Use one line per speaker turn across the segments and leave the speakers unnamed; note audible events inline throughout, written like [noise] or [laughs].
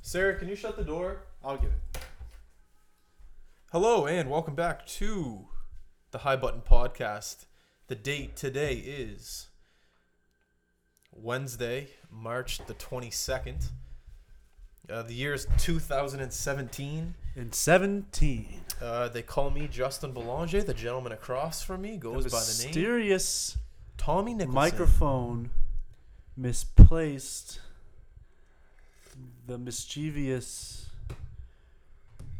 Sarah, can you shut the door? I'll get it. Hello and welcome back to the High Button Podcast. The date today is Wednesday, March the 22nd. Uh, the year is 2017.
In 17.
Uh, they call me Justin Belanger. The gentleman across from me goes by the name
mysterious
Tommy Nicholson.
microphone misplaced the mischievous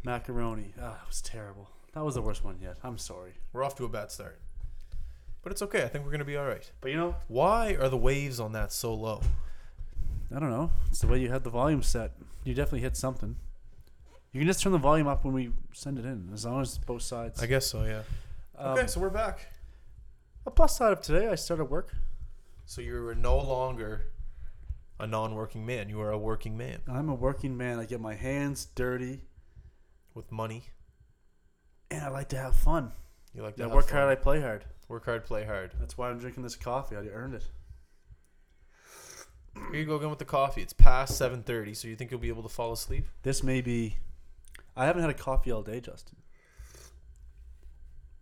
macaroni. Ah, that was terrible. That was the worst one yet. I'm sorry.
We're off to a bad start. But it's okay. I think we're going to be all right.
But you know,
Why are the waves on that so low?
I don't know. It's the way you had the volume set. You definitely hit something. You can just turn the volume up when we send it in, as long as both sides.
I guess so, yeah.
Um,
okay, so we're back.
A plus side of today, I started work.
So you are no longer a non-working man. You are a working man
I'm a working man. I get my hands dirty,
with money.
and I like to have fun.
You like to
I
have
work
fun.
hard, I play hard.
Work hard, play hard.
That's why I'm drinking this coffee. I earned it.
Here you go again with the coffee. It's past seven thirty, so you think you'll be able to fall asleep?
This may be. I haven't had a coffee all day, Justin.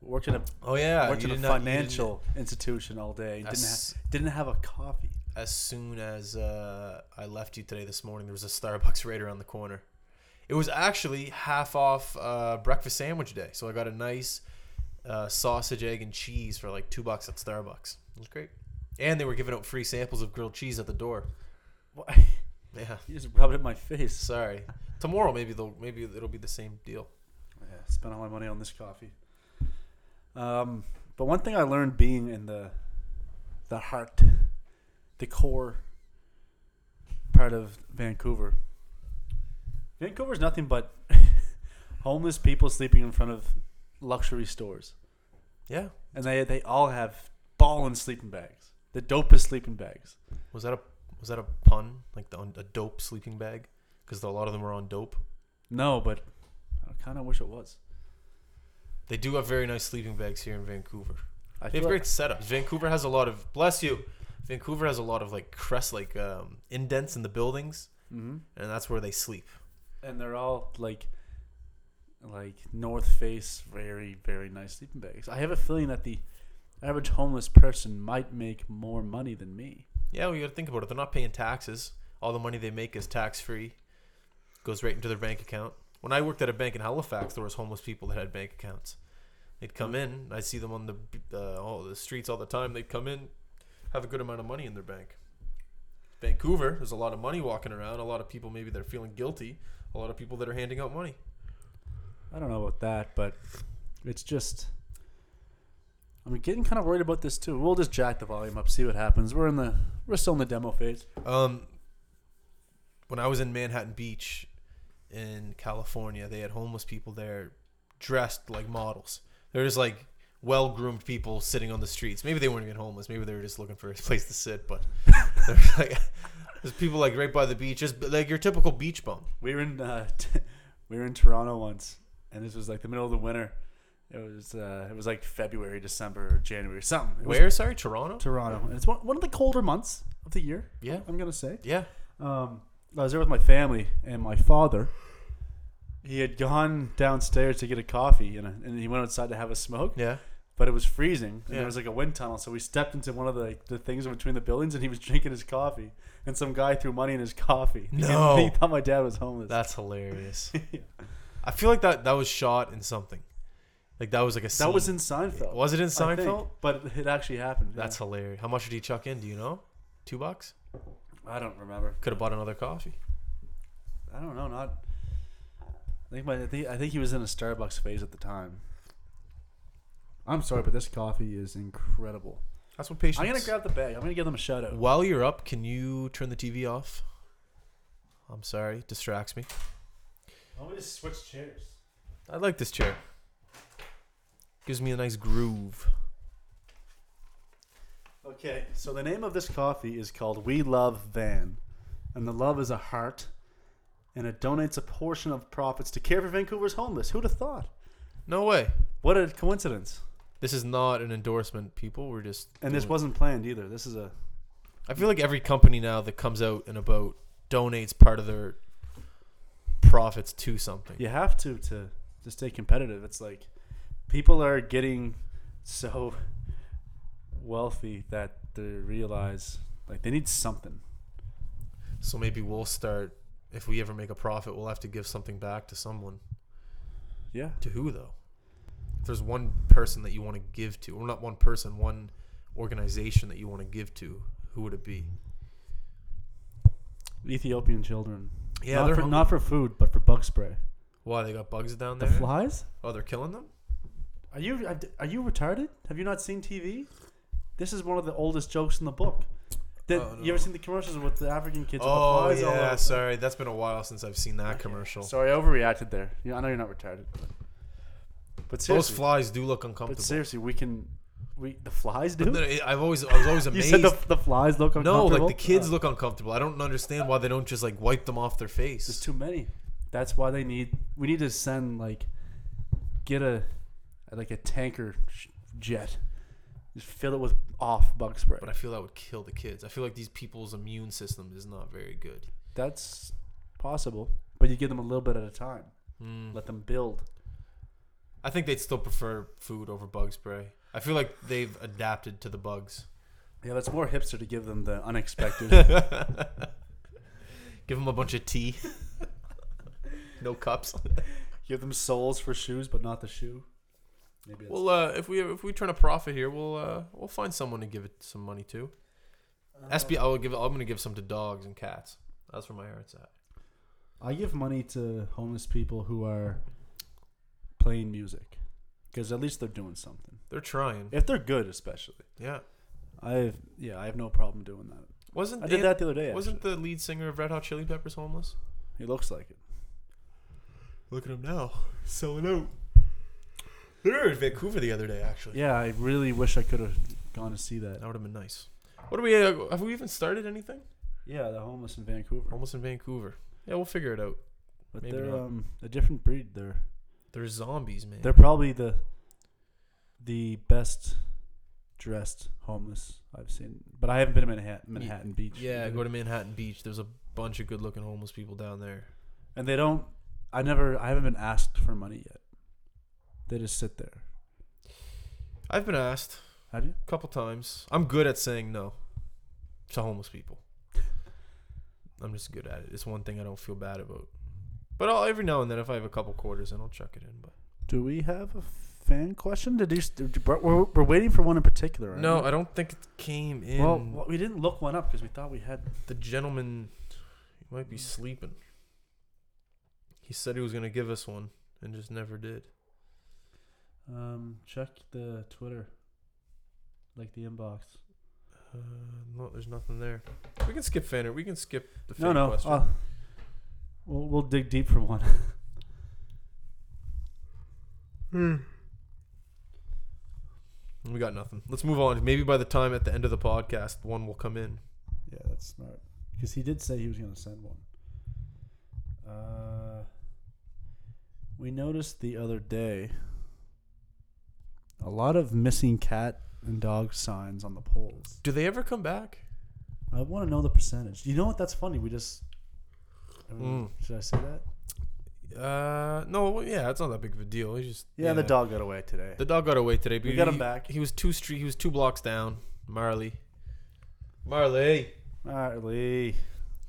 Worked in a
Oh yeah,
worked
you
in a
did not- you
financial institution all day.
didn't-
Didn't ha-
as,
didn't have a coffee.
as soon as uh, I left you today this morning, there was a Starbucks [laughs] right around the corner. It was actually half off uh, breakfast sandwich day, so I got a nice uh, sausage, egg, and cheese for like two bucks at Starbucks. It was great, and they were giving out free samples of grilled cheese at the door.
Why?
Yeah.
[laughs] You just rubbed it in my face.
Sorry. Tomorrow maybe they'll maybe it'll be the same deal.
Yeah, spent all my money on this coffee. Um, but one thing I learned being in the the heart, the core part of Vancouver. Vancouver's nothing but [laughs] homeless people sleeping in front of luxury stores.
Yeah.
And they they all have ballin' sleeping bags. The dopest sleeping bags.
Was that a was that a pun like the, a dope sleeping bag? Because a lot of them are on dope.
No, but I kind of wish it was.
They do have very nice sleeping bags here in Vancouver.
I
They have
feel like,
great setups. Vancouver has a lot of bless you. Vancouver has a lot of like crest like um, indents in the buildings,
hmm
and that's where they sleep.
and they're all like like north face very very nice sleeping bags i have a feeling that the average homeless person might make more money than me
Yeah, well, you got to think about it. They're not paying taxes. All the money they make is tax free, goes right into their bank account. When I worked at a bank in Halifax, there was homeless people that had bank accounts. They'd come in. I see them on the uh, all the streets all the time. They'd come in, have a good amount of money in their bank. Vancouver, there's a lot of money walking around. A lot of people maybe that are feeling guilty. A lot of people that are handing out money.
i don't know about that but it's just i'm getting kind of worried about this too we'll just jack the volume up see what happens we're in the we're still in the demo phase
Um, when I was in Manhattan Beach in California, they had homeless people there dressed like models. They're just like well groomed people sitting on the streets. Maybe they weren't even homeless. Maybe they were just looking for a [laughs] place to sit. But they're like, [laughs] there's people like right by the beach, just like your typical beach bum.
we were in uh, [laughs] t- we were in toronto once and this was like the middle of the winter it was uh, it was like february december or january something It was
Where? Sorry, Toronto.
Toronto. And it's one, one of the colder months of the year.
Yeah.
I'm gonna say.
Yeah.
Um, I was there with my family and my father. He had gone downstairs to get a coffee and, and he went outside to have a smoke,
Yeah.
but it was freezing and
Yeah.
there was like a wind tunnel. So we stepped into one of the, the things in between the buildings and he was [laughs] drinking his coffee. And some guy threw money in his coffee. [laughs]
No.
he thought my dad was homeless.
That's hilarious.
Yeah.
[laughs] I feel like that that was shot in something. Like that was like a scene.
that was in Seinfeld.
was it in
I think,
Seinfeld?
but it actually happened. yeah.
That's hilarious. How much did he chuck in? Do you know? Two bucks.
I don't remember.
Could have bought another coffee.
I don't know. Not. I think my. I think, I think he was in a Starbucks phase at the time. I'm sorry, but this coffee is incredible.
That's what patience.
I'm gonna grab the bag. I'm gonna give them a shout out.
While you're up, can you turn the TV off? I'm sorry, distracts me.
Let me just switch chairs.
I like this chair. Gives me a nice groove.
Okay. So the name of this coffee is called We Love Van, and the love is a heart, and it donates a portion of profits to care for Vancouver's homeless. Who'd have thought?
No way.
What a coincidence!
This is not an endorsement, people. We're just
And this
doing-
wasn't planned either. This is a
I feel like every company now that comes out and about donates part of their profits to something.
You have to to to stay competitive. It's like people are getting so wealthy that they realize like they need something.
So maybe we'll start. If we ever make a profit, we'll have to give something back to someone.
Yeah.
To who though? If there's one person that you want to give to, or not one person, one organization that you want to give to, who would it be?
Ethiopian children.
Yeah,
not
they're
for,
hungry.
not for food, but for bug spray.
Why they got bugs down
The
there?
flies?
Oh, they're killing them.
Are you are you retarded? Have you not seen TV? This is one of the oldest jokes in the book. That
Oh,
you
no.
ever seen the commercials with the African kids?
oh
with the flies all
yeah,
over?
sorry, that's been a while since I've seen that commercial.
Sorry, I overreacted there. Yeah, I know you're not retarded, but, but
Those
seriously,
flies do look
but
uncomfortable.
seriously, we can we the flies do.
No, no, I've always I was always
[laughs] You
amazed.
said the, the flies look
no,
uncomfortable.
like the kids
Uh,
look uncomfortable. I don't understand why they don't just like wipe them off their
There's
face.
too many. That's why they need. We need to send like, get a, like a tanker sh- jet, just fill it with off bug spray.
But I feel that would kill the kids. I feel like these people's immune system is not very good.
That's possible. But you give them a little bit at a time.
Mm.
Let them build.
I think they'd still prefer food over bug spray. I feel like they've adapted to the [laughs] bugs.
Yeah, that's more hipster to give them the unexpected.
[laughs] Give them a bunch of tea. [laughs] no cups.
give them soles for shoes, but not the shoe. Maybe that's,
Well, uh, if we if we turn a profit here, we'll uh, we'll find someone to give it some money to.
Uh,
SB, I will give. I'm gonna give some to dogs and cats. That's where my heart's at.
I give money to homeless people who are playing music because at least they're doing something.
They're trying.
If they're good, especially.
Yeah.
I have yeah, I have no problem doing that.
Wasn't
I did
Ant-
that the other day.
Wasn't
Wasn't
the lead singer of Red Hot Chili Peppers homeless?
he looks like it?
Look at him now, selling out. They were in Vancouver the other day, actually.
Yeah, I really wish I could have gone to see that.
That would have been nice. What do we uh, have? We even started anything?
Yeah, the homeless in Vancouver,
Almost in Vancouver. Yeah, we'll figure it out.
but
maybe
they're
not.
um a different breed. They're
They're zombies, man.
they're probably the the best dressed homeless I've seen. But I haven't been to Manhattan, Manhattan Beach.
yeah,
either.
go to Manhattan Beach. There's a bunch of good-looking homeless people down there.
and they don't. I never. I haven't been asked for money yet. They just sit there.
I've been asked
Have you?
a couple times. I'm good at saying no to homeless people. I'm just good at it. It's one thing I don't feel bad about. But I'll, every now and then, if I have a couple quarters, then I'll chuck it in. But
Do we have a fan question? Did you? Did you we're, we're waiting for one in particular. aren't
no,
we?
I don't think it came in.
Well, well, we didn't look one up because we thought we had.
the gentleman he might be sleeping. He said he was gonna give us one and just never did.
Um, check the Twitter, like the inbox.
Uh, no, there's nothing there. We can skip Fanner. We can skip the
No,
fan
no.
question.
Uh, we'll we'll dig deep for one. hmm.
we got nothing. Let's move on. Maybe by the time at the end of the podcast, one will come in.
yeah, that's smart. Because he did say he was going to send one. Uh, we noticed the other day a lot of missing cat and dog signs on the poles.
Do they ever come back?
I want to know the percentage. You know what? That's funny. We just. I mean,
Mm.
Should I say that?
Uh, no. well, Yeah, it's not that big of a deal. He just
Yeah, the dog got away today.
The dog got away today. But
We got him
he-
back.
He was two street. He was two blocks down. Marley. Marley.
Marley.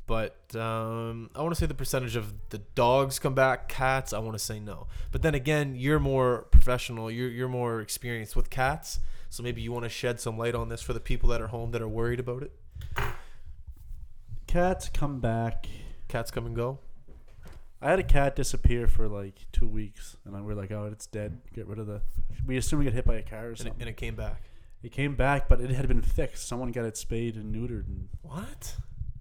But um, I want to say the percentage of the dogs come back. Cats, I want to say no. But then again, you're more professional. You're you're more experienced with cats, so maybe you want to shed some light on this for the people that are home that are worried about it.
Cats come back.
Cats come and go.
I had a cat disappear for like two weeks, and I- we were like, "Oh, it's dead. Get rid of the." We assumed it got hit by a car or
And it,
something.
and it came back.
it came back, but it had been fixed. Someone got it spayed and neutered, and
What?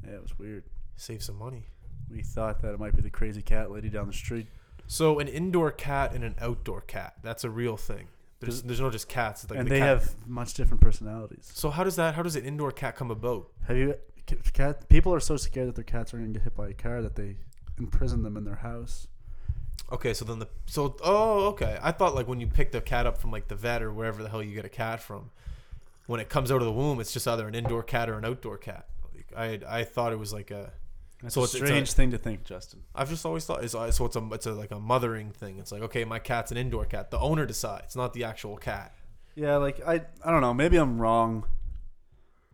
yeah, it was weird.
Save some money.
We thought that it might be the crazy cat lady down the street.
So an indoor cat and an outdoor cat. That's a real thing. There's there's no just cats. It's like
and
the
they
cat-
have much different personalities.
So how does that? How does an indoor cat come about?
Have you c- cat? People are so scared that their cats are going to get hit by a car that they imprison them in their house.
Okay, so then the so oh okay. I thought like when you pick the cat up from like the vet or wherever the hell you get a cat from, when it comes out of the womb, it's just either an indoor cat or an outdoor cat. Like, I I thought it was like a
That's
So
a
it's- it's a-
strange thing to think, Justin.
I've just always thought it's uh, so it's a it's a, like a mothering thing. It's like okay, my cat's an indoor cat. The owner decides, not the actual cat.
Yeah, like I, I don't know. Maybe I'm wrong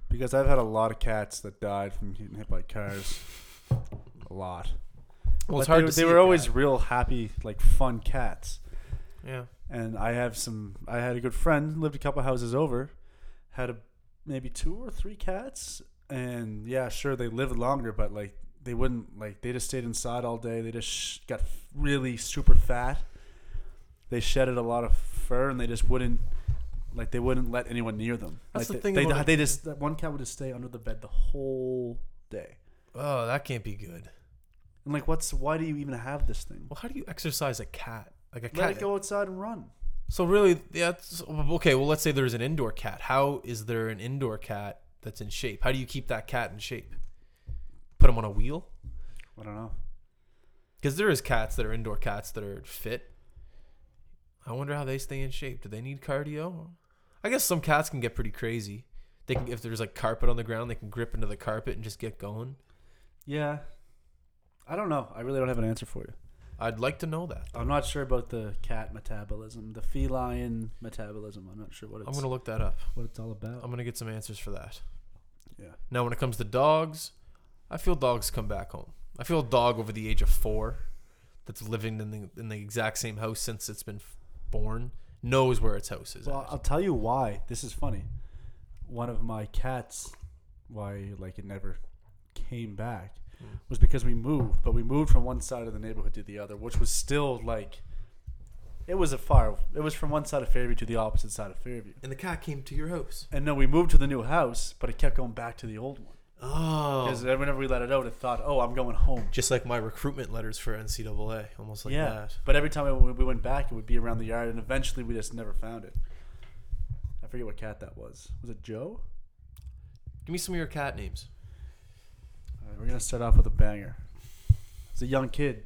because I've had a lot of cats that died from getting hit
[laughs]
by cars. A lot.
Well, it's
But
hard
They,
to
they
see
were
a
always
cat.
real happy, like fun cats.
yeah.
And I have some. I had a good friend lived a couple houses over, had a maybe two or three cats, and yeah, sure they lived longer, but like they wouldn't like they just stayed inside all day. They just sh- got really super fat. They shedded a lot of fur, and they just wouldn't like they wouldn't let anyone near them.
That's
Like,
the thing
They,
about it.
they, they just that one cat would just stay under the bed the whole day.
Oh, that can't be good.
And like, what's why do you even have this thing?
Well, how do you exercise a cat? Like a cat.
Let it go outside and run.
So really, that's okay. Well, let's say there's an indoor cat. How is there an indoor cat that's in shape? How do you keep that cat in shape? Put him on a wheel?
I don't know.
Because there is cats that are indoor cats that are fit. I wonder how they stay in shape. Do they need cardio? I guess some cats can get pretty crazy. They can, if there's like carpet on the ground, they can grip into the carpet and just get going.
Yeah. I don't know. I really don't have an answer for you.
I'd like to know that.
I'm not sure about the cat metabolism, the feline metabolism. I'm not sure what
I'm
it's
gonna look that up.
what it's all about.
I'm gonna get some answers for that.
yeah.
Now, when it comes to dogs, I feel dogs come back home. I feel a dog over the age of four that's living in the, in the exact same house since it's been f- born knows where its house is.
Well,
at.
I'll tell you why. This is funny. One of my cats, why like it never came back,
Mm.
was because we moved. But we moved from one side of the neighborhood to the other, which was still like, it was a far. It was from one side of Fairview to the opposite side of Fairview.
and the cat came to your house.
And no, we moved to the new house, but it kept going back to the old one.
Oh,
Because whenever we let it out, it thought, "Oh, I'm going home."
just like my recruitment letters for NCAA, almost like
yeah,
that.
but every time we, we went back, it would be around the yard, and eventually we just never found it. I forget what cat that was. Was it Joe?
Give me some of your cat names.
All right, we're gonna start off with a banger. It's a young kid.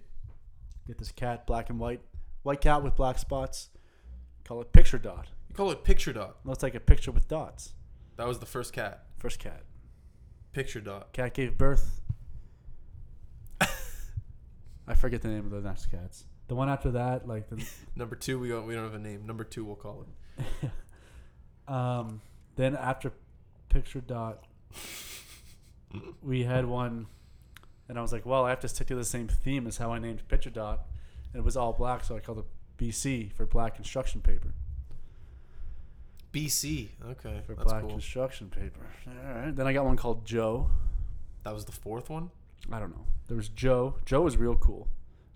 Get this cat, black and white, white cat with black spots. Call it Picture Dot.
You call it Picture Dot.
Looks like a picture with dots.
That was the first cat.
First cat.
Picture Dot.
Cat gave birth. I forget the name of the next cats. The one after that, like the
Number two, we don't we don't have a name. Number two, we'll call [laughs] it.
Um, then after Picture Dot, we had one, and I was like, well, I have to stick to the same theme as how I named Picture Dot, and it was all black, so I called it BC for black construction paper.
BC. Okay,
For
that's
black
cool.
construction paper. All right. Then I got one called Joe.
That was the fourth one.
I don't know. There was Joe. Joe was real cool.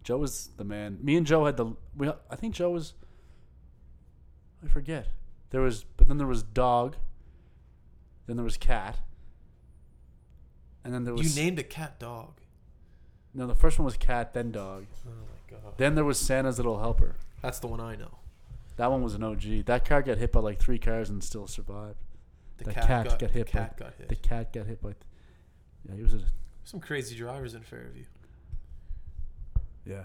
Joe was the man. Me and Joe had the. We, I think Joe was. I forget. There was, but then there was dog. Then there was cat. And then there was
you named a cat dog.
no. The first one was cat, then dog.
Oh my god.
Then there was Santa's little helper.
That's the one I know.
That one was an OG. That car got hit by like three cars and still survived.
The,
The
cat,
cat
got,
got
the
hit by-
Cat got hit.
The cat got hit by. th- yeah, he was a
Some crazy drivers in Fairview.
Yeah.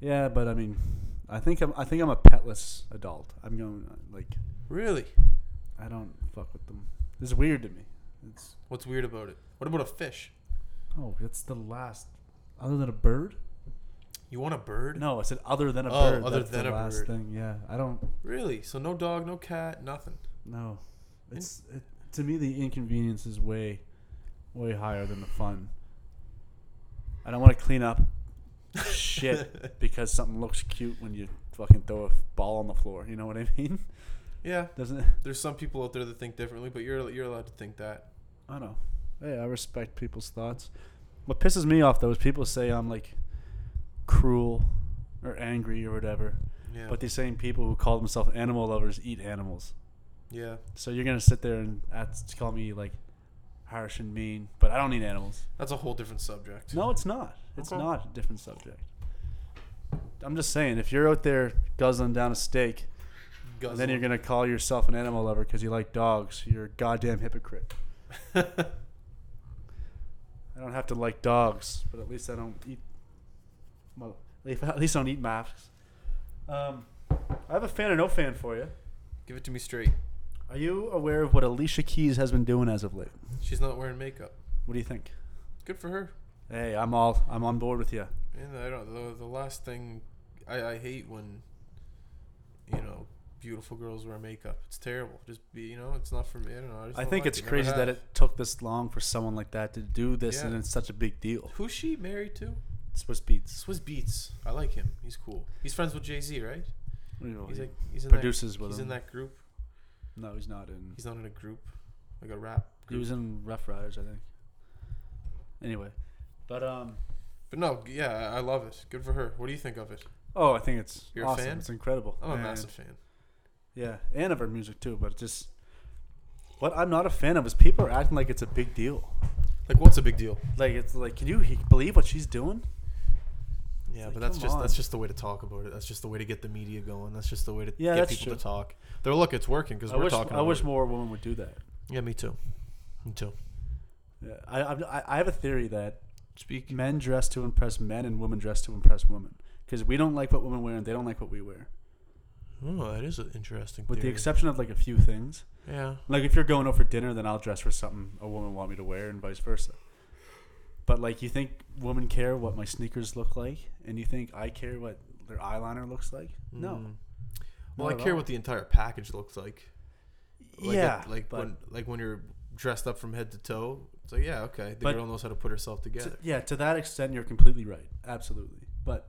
Yeah, but I mean, I think I'm I think I'm a petless adult. I'm going like
Really?
I don't fuck with them. This is weird to me. It's
What's weird about it? What about a fish?
oh, it's the last. Other than a bird?
You want a bird?
No, I said other than a
Oh,
bird.
other
That's
than
the
a
last
bird.
thing. Yeah, I don't
Really? So no dog, no cat, nothing.
know. It's it, to me the inconvenience is way, way higher than the fun. I don't want to clean up shit because something looks cute when you fucking throw a ball on the floor. You know what I mean? [laughs]
Yeah.
Doesn't it?
There's some people out there that think differently, but you're you're allowed to think that.
I know. Hey, I respect people's thoughts. What pisses me off though is people say I'm like cruel or angry or whatever.
Yeah.
But these same people who call themselves animal lovers eat animals.
yeah.
So you're gonna sit there and act, call me like harsh and mean, but I don't eat animals.
That's a whole different subject.
No, it's not. It's
Okay.
not a different subject. I'm just saying, if you're out there guzzling down a steak,
[laughs]
and then you're gonna call yourself an animal lover because you like dogs, you're a goddamn hypocrite.
gonna
I don't have to like dogs, but at least I don't eat. Well, at least I don't eat masks. Um, I have a fan or no fan for you.
give it to me straight.
Are you aware of what Alicia Keys has been doing as of late?
She's not wearing makeup.
What do you think?
Good for her.
Hey, I'm all I'm on board with you.
And I don't. The, the last thing I, I hate when you know beautiful girls wear makeup. It's terrible. Just be you know. It's not for me. I don't know. I, just
I
don't
think
like
it's
Never
crazy
have.
that it took this long for someone like that to do this,
Yeah.
and it's such a big deal.
Who's she married to?
Swiss Beats
Swiss Beats. I like him. He's cool. He's friends with Jay Z, right? He's like he's in
Oh, produces
that,
with
He's
him.
in that group.
no, he's not in.
He's not in a group, like a rap.
He
Group.
was in Rough Riders, I think. Anyway, but um,
but no, yeah, I- I love it. Good for her. What do you think of it?
oh, I think it's
You're a
awesome.
fan?
It's incredible.
I'm a
And-
massive fan.
Yeah, and of her music too. But just what I'm not a fan of is people are acting like it's a big deal.
Like, what's a big deal?
Like it's like, can you he- believe what she's doing?
Yeah,
Like,
but that's
come
just
on.
that's just the way to talk about it. That's just the way to get the media going. That's just the way to
Yeah,
get
that's
people
true.
to talk. They're look, it's working because
I
we're
wish
talking.
I
about
wish
it.
more women would do that.
Yeah, me too. Me too.
Yeah, I, I I have a theory that
Speak.
men dress to impress men and women dress to impress women because we don't like what women wear and they don't like what we wear.
Oh, that is an interesting.
With the
theory.
exception of like a few things,
yeah,
like if you're going out for dinner, then I'll dress for something a woman want me to wear and vice versa. But like you think women care what my sneakers look like, and you think I care what their eyeliner looks like? No.
Mm. Well,
Hmm. Not
I
at
care
all.
what the entire package looks like. Mm. like
yeah,
at- like
but
when like when you're dressed up from head to toe. It's like yeah, okay, the
But-
girl knows how to put herself
to-
together.
yeah, to that extent, you're completely right. Absolutely, but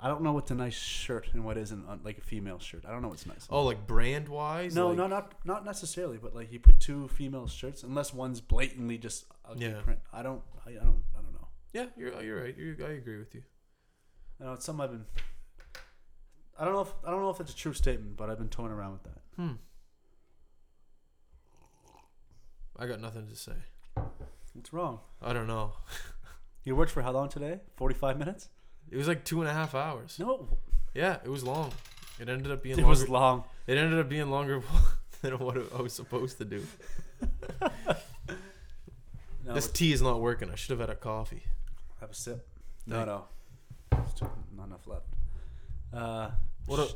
I don't know what's a nice shirt and what isn't uh, like a female shirt. I don't know what's nice.
Oh, like brand wise?
No,
like,
no, not not necessarily, but like you put two female shirts, unless one's blatantly just ugly
Yeah.
print. I don't, I, I don't, I don't know.
Yeah, you're uh, you're right. You're, I agree with you.
I know it's something I've been. I don't know if I don't know if it's a true statement, but I've been toying around with that.
Hmm. I got nothing to say.
What's wrong?
I don't know.
You worked for how long today? Forty-five minutes?
It was like two and a half hours.
No,
Yeah, it was long. It ended up being
it
longer.
was long.
it ended up being longer [laughs] than what I was supposed to do.
No,
this tea is not working. I should have had a coffee.
have a sip.
Thank-
No, no, It's too- not enough left. Uh,
What? A,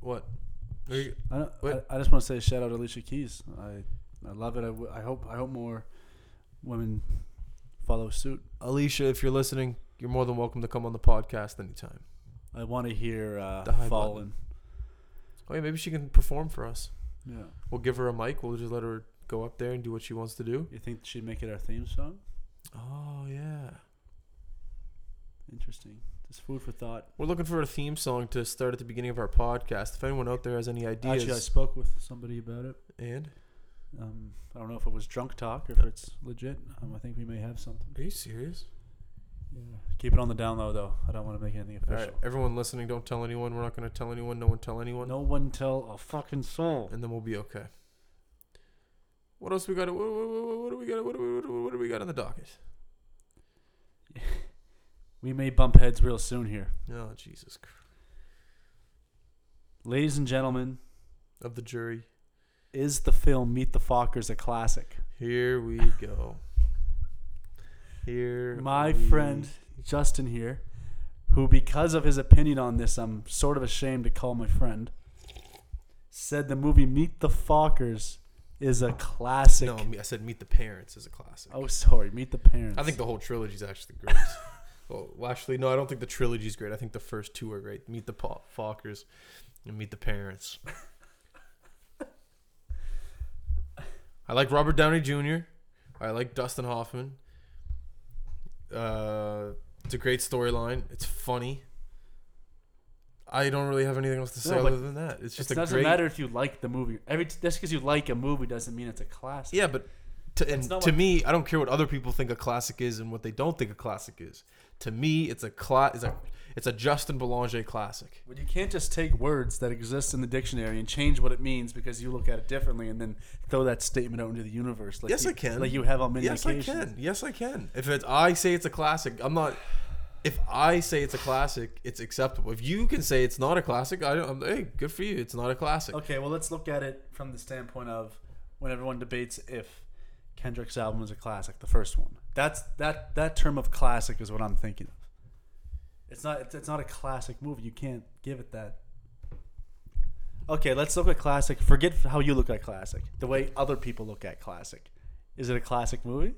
what? Are you,
I, don't-
What?
I, I just want to say shout out to Alicia Keys. I I love it. I, w- I hope I hope more women follow suit.
Alicia, if you're listening, you're more than welcome to come on the podcast anytime.
I want to hear uh,
The high
Fallen.
Oh yeah, maybe she can perform for us.
Yeah.
We'll give her a mic. We'll just let her go up there and do what she wants to do.
You think she'd make it our theme song?
Oh yeah.
Interesting. Just food for thought.
We're looking for a theme song to start at the beginning of our podcast. If anyone out there has any ideas,
Actually, I spoke with somebody about it.
and
Um, I don't know if it was drunk talk or if it's legit. Um, I think we may have something.
are you serious?
Yeah. Keep it on the down low, though. I don't want to make anything
All right,
official.
everyone listening, don't tell anyone. We're not going to tell anyone. No one tell anyone,
No one tell a fucking soul.
and then we'll be okay. What else we got? What, what, what, what do we got? What, do we- what, do we- what do we got on the docket?
We may bump heads real soon here,
Oh Jesus, Christ.
ladies and gentlemen.
of the jury.
Is the film Meet the Fockers a classic?
Here we go. Here,
My
we-
friend Justin here, who, because of his opinion on this, I'm sort of ashamed to call my friend, said the movie Meet the Fockers is a classic.
No, I said meet the parents is a classic.
oh, sorry, Meet the Parents.
I think the whole trilogy is actually
[laughs]
great. well, actually, no, I don't think the trilogy is great. I think the first two are great. Meet the pa- Fockers and Meet the
[laughs]
Parents. I like Robert Downey Jr. I like Dustin Hoffman. Uh, it's a great storyline. It's funny. I don't really have anything else to say
No, but
other than that. It's just
it
a
doesn't
great.
matter if you like the movie. Every just because you like a movie doesn't mean it's a classic.
Yeah, but to, and
It's not
to
like-
me, I don't care what other people think a classic is and what they don't think a classic is. To me, it's a cla- it's a it's a Justin Belanger classic.
But you can't just take words that exist in the dictionary and change what it means because you look at it differently and then throw that statement out into the universe. Like
Yes,
you,
I can.
Like you have on many
yes,
occasions.
I can. Yes, I can. If it's I say it's a classic, I'm not. If I say it's a classic, it's acceptable. If you can say it's not a classic, I don't. I'm, hey, good for you. It's not a classic.
Okay, well, let's look at it from the standpoint of when everyone debates if Kendrick's album is a classic, the first one. That's that that term of classic is what I'm thinking of. It's not it's, it's not a classic movie. You can't give it that. Okay, let's look at classic. Forget how you look at classic. The way other people look at classic. Is it a classic movie?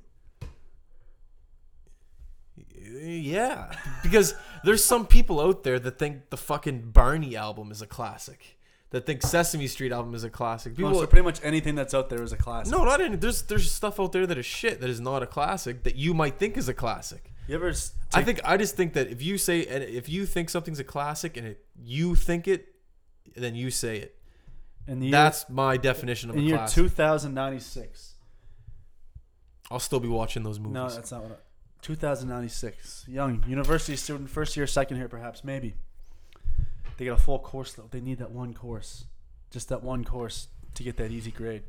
Yeah, because there's some people out there that think the fucking Barney album is a classic, that think Sesame Street album is a classic.
Oh,
People,
so pretty much anything that's out there is a classic.
no, not any. There's there's stuff out there that is shit that is not a classic that you might think is a classic.
You ever? s-
I think I just think that if you say and if you think something's a classic and it, you think it, then you say it.
in the year,
That's my definition of
in
a
year
classic.
two thousand ninety six.
I'll still be watching those movies.
No, that's not what. I, 2096. Young university student, first year, second year, perhaps, maybe. They get a full course though. They need that one course, just that one course to get that easy grade.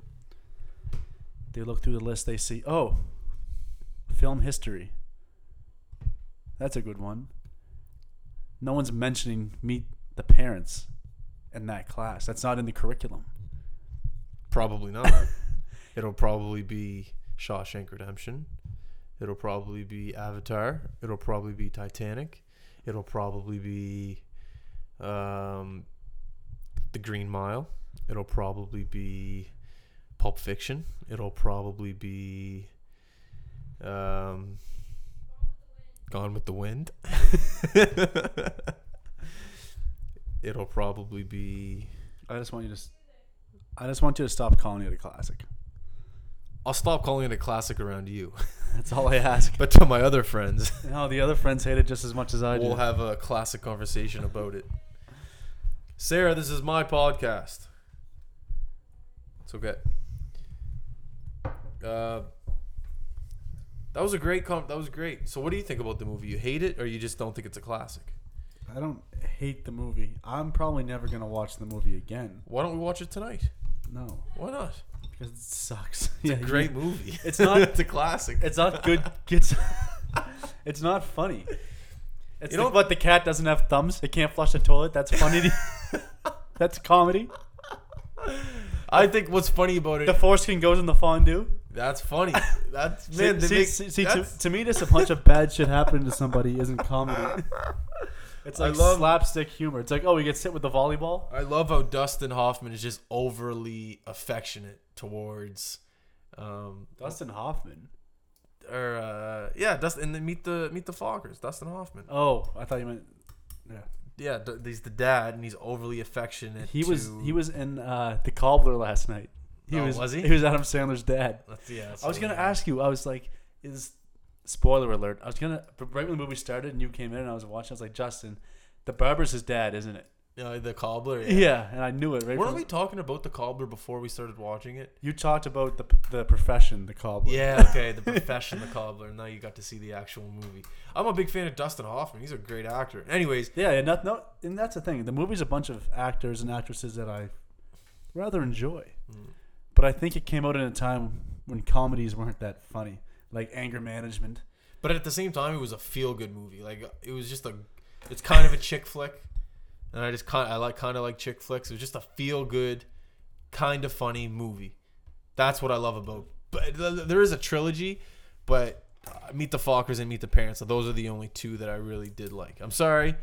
They look through the list. They see, oh, film history. That's a good one. No one's mentioning meet the parents in that class. That's not in the curriculum.
Probably not. It'll probably be Shawshank Redemption. It'll probably be Avatar. It'll probably be Titanic. It'll probably be um, The Green Mile. It'll probably be Pulp Fiction. It'll probably be um, Gone with the Wind. [laughs] It'll probably be.
I just want you to. s- I just want you to stop calling it a classic.
I'll stop calling it a classic around you.
[laughs] That's all I ask.
But to my other friends,
No, the other friends hate it just as much as [laughs] I do.
we'll have a classic conversation about it. Sarah, this is my podcast. It's okay. Uh, that was a great com- That was great. So, what do you think about the movie? You hate it, or you just don't think it's a classic?
I don't hate the movie. I'm probably never gonna watch the movie again.
Why don't we watch it tonight?
No,
Why not?
because it [laughs] sucks.
It's a great movie.
[laughs] it's
[laughs]
not-
it's a classic.
It's not [laughs] good. It's it's not funny.
You
It's you
know-
like, what the cat doesn't have thumbs. It can't flush the toilet. That's funny. to- [laughs] That's comedy.
I think what's funny about
The
it.
foreskin goes in the fondue.
That's
[laughs]
funny. That's
See-
man. they
see,
make-
see, see,
that's-
to, to me, just a bunch of bad shit happening to somebody isn't comedy. [laughs] It's
I
like
love-
slapstick humor. It's like, oh, we get hit with the volleyball.
I love how Dustin Hoffman is just overly affectionate towards, um,
Dustin Hoffman.
or uh, yeah, Dustin. And then meet the meet the Foggers, Dustin Hoffman.
Oh, I thought you meant. Yeah.
Yeah, d- he's the dad, and he's overly affectionate.
He was
to-
he was in uh, the Cobbler last night. He
Oh,
was,
was he?
was Adam Sandler's dad.
That's, yeah, that's
I was gonna
hilarious.
ask you. I was like, is spoiler alert? I was gonna but right when the movie started and you came in and I was watching. I was like, Justin, the barber's his dad, isn't it?
Uh, the cobbler.
Yeah,
Yeah.
and I knew it. Right
Weren't
from-
we talking about the cobbler before we started watching it?
you talked about the the profession, the Cobbler.
Yeah, okay, the profession, the
[laughs]
cobbler. Now you got to see the actual movie. I'm a big fan of Dustin Hoffman. He's a great actor. Anyways,
yeah, and that, no, and that's the thing. The movie's a bunch of actors and actresses that I rather enjoy.
mm,
But I think it came out in a time when comedies weren't that funny, like anger management.
But at the same time, it was a feel good movie. Like it was just a, it's kind of a chick flick, and I just kind I like kind of like chick flicks. It was just a feel good, kind of funny movie. That's what I love about. But th- th- there is a trilogy, but uh, Meet the Fockers and Meet the Parents. Those are the only two that I really did like. I'm sorry,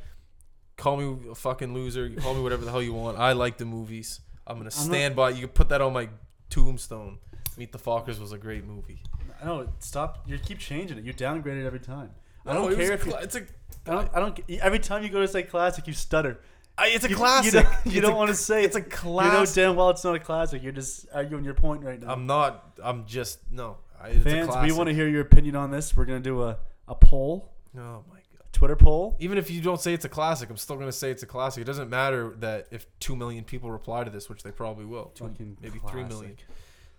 call me a fucking loser. You call me whatever the hell you want. I like the movies. I'm gonna
I'm not-
stand by. You can put that on my tombstone. Meet the Fockers was a great movie.
I know. Stop. You keep changing it. You downgrade it every time. I
No,
don't
it was
care if you.
cla- it's a.
I don't. I don't. Every time you go to say classic, you stutter.
I, it's a
You- you
classic. [laughs]
don't- You don't,
It's a
want to say
it's a classic.
You know damn well it's not a classic. You're just arguing your point right now.
I'm not. I'm just no. I, it's a
Fans, we
classic.
want to hear your opinion on this. We're gonna do a a poll,
Oh my god.
Twitter poll.
Even if you don't say it's a classic, I'm still gonna say it's a classic. It doesn't matter that if two million people reply to this, which they probably will. Two,
Fucking
maybe three
classic.
million.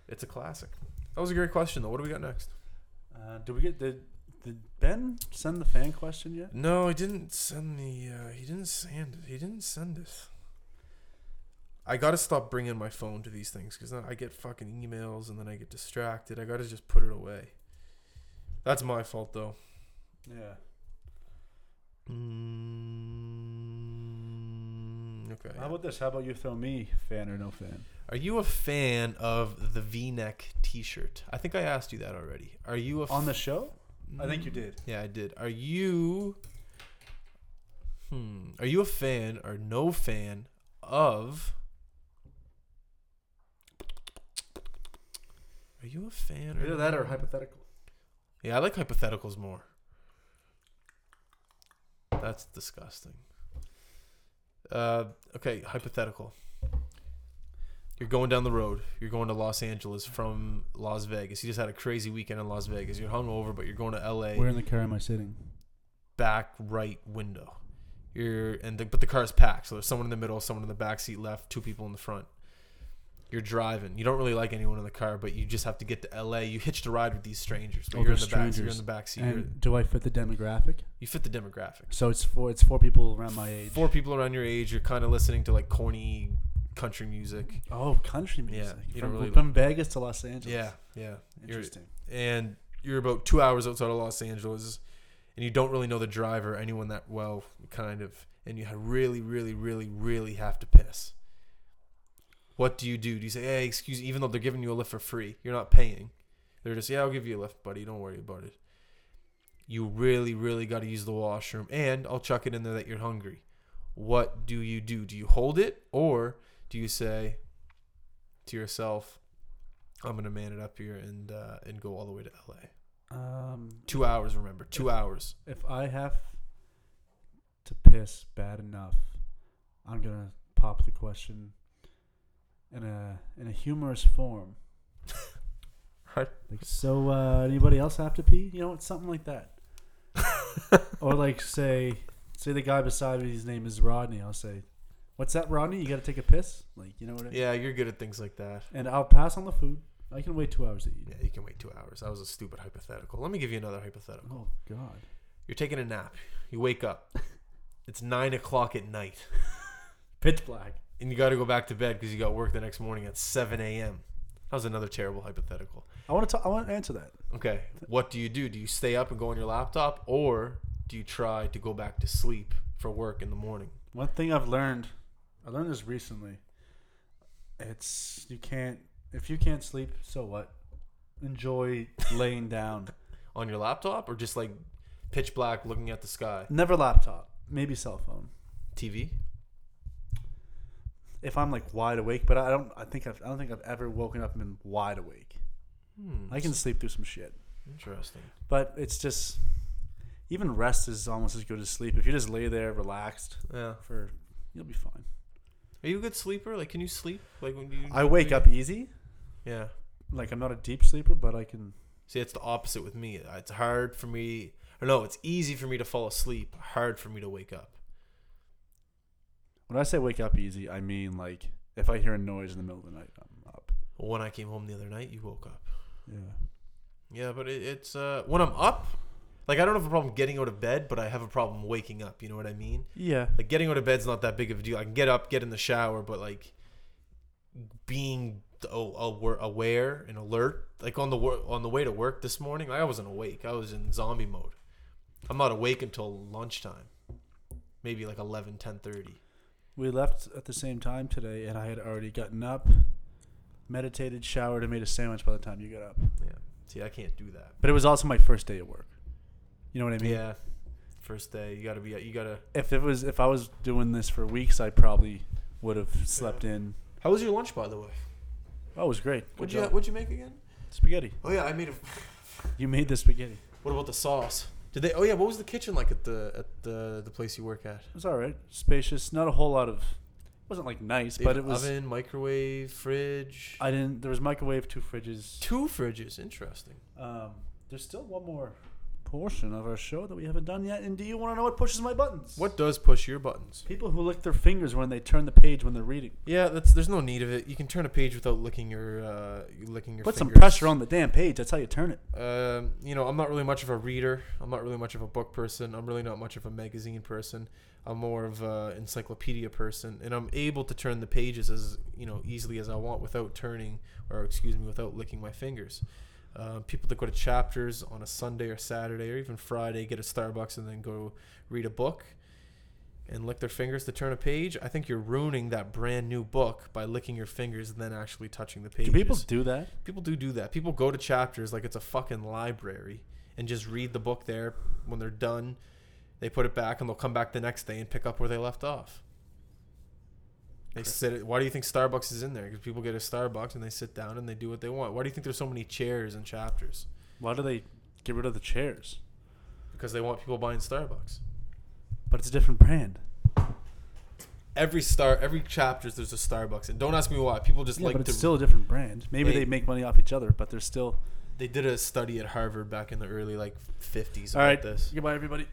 It's a classic. That was a great question though. What do we got next?
Uh, did we get did Did Ben send the fan question yet?
No, he didn't send the. Uh, he didn't send it. He didn't send it. I gotta stop bringing my phone to these things because I get fucking emails and then I get distracted. I gotta just put it away. That's my fault though.
Yeah.
Mm, okay.
How about this? How about you throw me fan or no fan?
Are you a fan of the V-neck T-shirt? I think I asked you that already. Are you a
On the show?
f-
I think you did.
Yeah, I did. Are you? Hmm. Are you a fan or no fan of? Are you a fan?
Either that
no-
or hypothetical.
Yeah, I like hypotheticals more. That's disgusting. Uh, okay, hypothetical. You're going down the road. You're going to Los Angeles from Las Vegas. You just had a crazy weekend in Las Vegas. You're hungover, but you're going to LA.
Where in the car am I sitting?
back right window. You're and the, but the car's packed, so there's someone in the middle, someone in the back seat left, two people in the front. You're driving. You don't really like anyone in the car, but you just have to get to LA. You hitched a ride with these strangers, but
Oh,
you're in the
they're
back. So you're in
strangers.
the back seat. You're,
And do I fit the demographic?
you fit the demographic.
So it's four. It's four people around my age.
Four people around your age. You're kind of listening to like corny country music.
Oh, country
Yeah,
music.
you
from,
don't really-
from Vegas to Los Angeles.
Yeah, yeah. You're,
Interesting.
and you're about two hours outside of Los Angeles, and you don't really know the driver, anyone that well, kind of, and you ha- really, really, really, really have to piss. What do you do? Do you say, "Hey, excuse," even though they're giving you a lift for free, you're not paying. They're just, "Yeah, I'll give you a lift, buddy. Don't worry about it." You really, really got to use the washroom, and I'll chuck it in there that you're hungry. What do you do? Do you hold it, or do you say to yourself, "I'm gonna man it up here and uh, and go all the way to LA"?
Um,
Two hours, remember. Two hours.
if I have to piss bad enough, I'm gonna pop the question in a in a humorous form.
[laughs] Right.
Like, so uh, anybody else have to pee? You know, it's something like that. or like say say the guy beside me, his name is Rodney. I'll say, "What's that, Rodney? You gotta take a piss." Like, you know what I mean?
Yeah, you're good at things like that.
And I'll pass on the food. I can wait two hours to eat.
Yeah, you can wait two hours. That was a stupid hypothetical. Let me give you another hypothetical.
Oh God.
You're taking a nap. You wake up. It's nine o'clock at night,
Pitch black.
and you got to go back to bed because you got work the next morning at seven a.m. That was another terrible hypothetical.
I want to. Talk, I want to answer that.
Okay, what do you do? Do you stay up and go on your laptop, or do you try to go back to sleep for work in the morning?
One thing I've learned, I learned this recently. It's you can't if you can't sleep. So what? Enjoy laying down.
On your laptop, or just like pitch black, looking at the sky?
Never laptop. Maybe cell phone.
TV.
If I'm like wide awake, but I don't. I think I've. I don't think I've ever woken up and been wide awake.
Hmm,
I can sleep through some shit,
interesting.
but it's just. Even rest is almost as good as sleep. If you just lay there relaxed
Yeah.
for, you'll be fine.
Are you a good sleeper? Like, can you sleep? Like when you?
I wake up easy.
Yeah.
Like I'm not a deep sleeper, but I can.
See, it's the opposite with me. It's hard for me, or no, it's easy for me to fall asleep. Hard for me to wake up.
When I say wake up easy, I mean like if I hear a noise in the middle of the night, I'm up.
When I came home the other night, you woke up.
Yeah.
Yeah, but it, it's uh, when I'm up. Like I don't have a problem getting out of bed, but I have a problem waking up. You know what I mean?
Yeah.
Like getting out of bed's not that big of a deal. I can get up, get in the shower, but like being oh, aware- aware and alert. Like on the wor- on the way to work this morning, I wasn't awake. I was in zombie mode. I'm not awake until lunchtime, maybe like 11, 10.30.
We left at the same time today, and I had already gotten up, meditated, showered, and made a sandwich by the time you got up.
Yeah. See, I can't do that.
But it was also my first day at work. You know what I mean?
Yeah. First day, you gotta be. You gotta.
If it was, if I was doing this for weeks, I probably would have slept in.
How was your lunch, by the way?
Oh, it was great.
What'd
Good
you
job.
What'd you make again?
spaghetti?
Oh yeah, I made a. [laughs]
You made the spaghetti.
What about the sauce? Did they? Oh yeah, what was the kitchen like at the at the the place you work at?
It was all right. Spacious. Not a whole lot of. It wasn't like nice,
They
but
have
it was.
oven, microwave, fridge.
I didn't. There was microwave, two fridges.
Two fridges, interesting.
Um, there's still one more portion of our show that we haven't done yet. And do you want to know what pushes my buttons?
What does push your buttons?
People who lick their fingers when they turn the page when they're reading.
Yeah, that's there's no need of it. You can turn a page without licking your uh, licking your.
Put some
fingers.
pressure on the damn page. That's how you turn it.
Um, you know, I'm not really much of a reader. I'm not really much of a book person. I'm really not much of a magazine person. I'm more of a encyclopedia person, and I'm able to turn the pages as you know easily as I want without turning, or excuse me, without licking my fingers. Uh, people that go to chapters on a Sunday or Saturday or even Friday get a Starbucks and then go read a book and lick their fingers to turn a page. I think you're ruining that brand new book by licking your fingers and then actually touching the pages.
Do people do that?
People do do that. People go to chapters like it's a fucking library and just read the book there. When they're done, they put it back and they'll come back the next day and pick up where they left off. They
Correct.
sit. Why do you think Starbucks is in there? Because people get a Starbucks and they sit down and they do what they want. Why do you think there's so many chairs and chapters?
Why do they get rid of the chairs?
Because they want people buying Starbucks.
But but it's a different brand.
Every star, every chapters, there's a Starbucks, and don't ask me why. People just
Yeah,
like
but it's
to.
still a different brand. Maybe
Hey.
they make money off each other, but they're still.
they did a study at Harvard back in the early like 50s
All
about
right.
this.
Goodbye, everybody.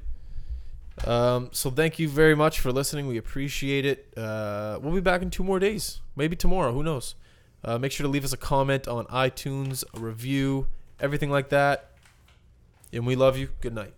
Um, so thank you very much for listening. We appreciate it. Uh, we'll be back in two more days, maybe tomorrow. Who knows? Uh, make sure to leave us a comment on iTunes, a review, everything like that. And we love you. Good night.